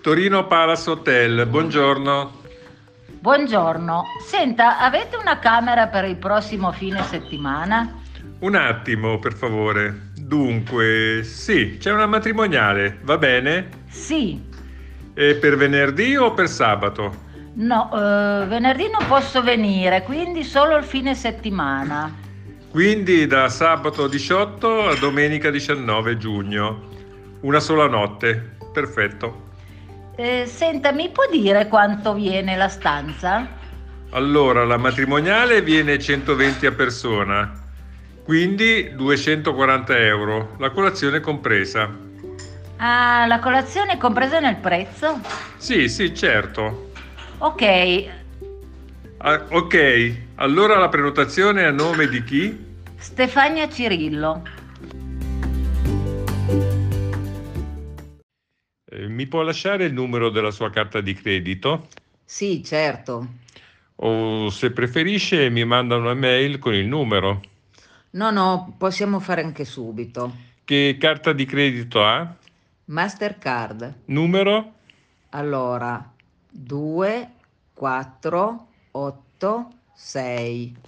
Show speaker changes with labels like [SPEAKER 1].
[SPEAKER 1] Torino Palace Hotel, buongiorno.
[SPEAKER 2] Buongiorno, senta, avete una camera per il prossimo fine settimana?
[SPEAKER 1] Un attimo, per favore. Dunque, sì, c'è una matrimoniale, va bene?
[SPEAKER 2] Sì,
[SPEAKER 1] E per venerdì o per sabato?
[SPEAKER 2] no, eh, venerdì non posso venire, quindi solo il fine settimana.
[SPEAKER 1] Quindi da sabato 18 a domenica 19 giugno. Una sola notte. Perfetto.
[SPEAKER 2] Eh, senta, mi può dire quanto viene la stanza?
[SPEAKER 1] Allora, la matrimoniale viene 120 a persona, quindi 240 euro, la colazione compresa.
[SPEAKER 2] Ah, la colazione è compresa nel prezzo?
[SPEAKER 1] Sì, sì, certo.
[SPEAKER 2] Ok,
[SPEAKER 1] Ah, ok, allora la prenotazione è a nome di chi?
[SPEAKER 2] Stefania Cirillo.
[SPEAKER 1] Eh, Mi può lasciare il numero della sua carta di credito?
[SPEAKER 3] Sì, certo.
[SPEAKER 1] O se preferisce mi manda una mail con il numero.
[SPEAKER 3] No, no, possiamo fare anche subito.
[SPEAKER 1] Che carta di credito ha?
[SPEAKER 3] Mastercard.
[SPEAKER 1] Numero?
[SPEAKER 3] Allora, 2, 4, 8, 6.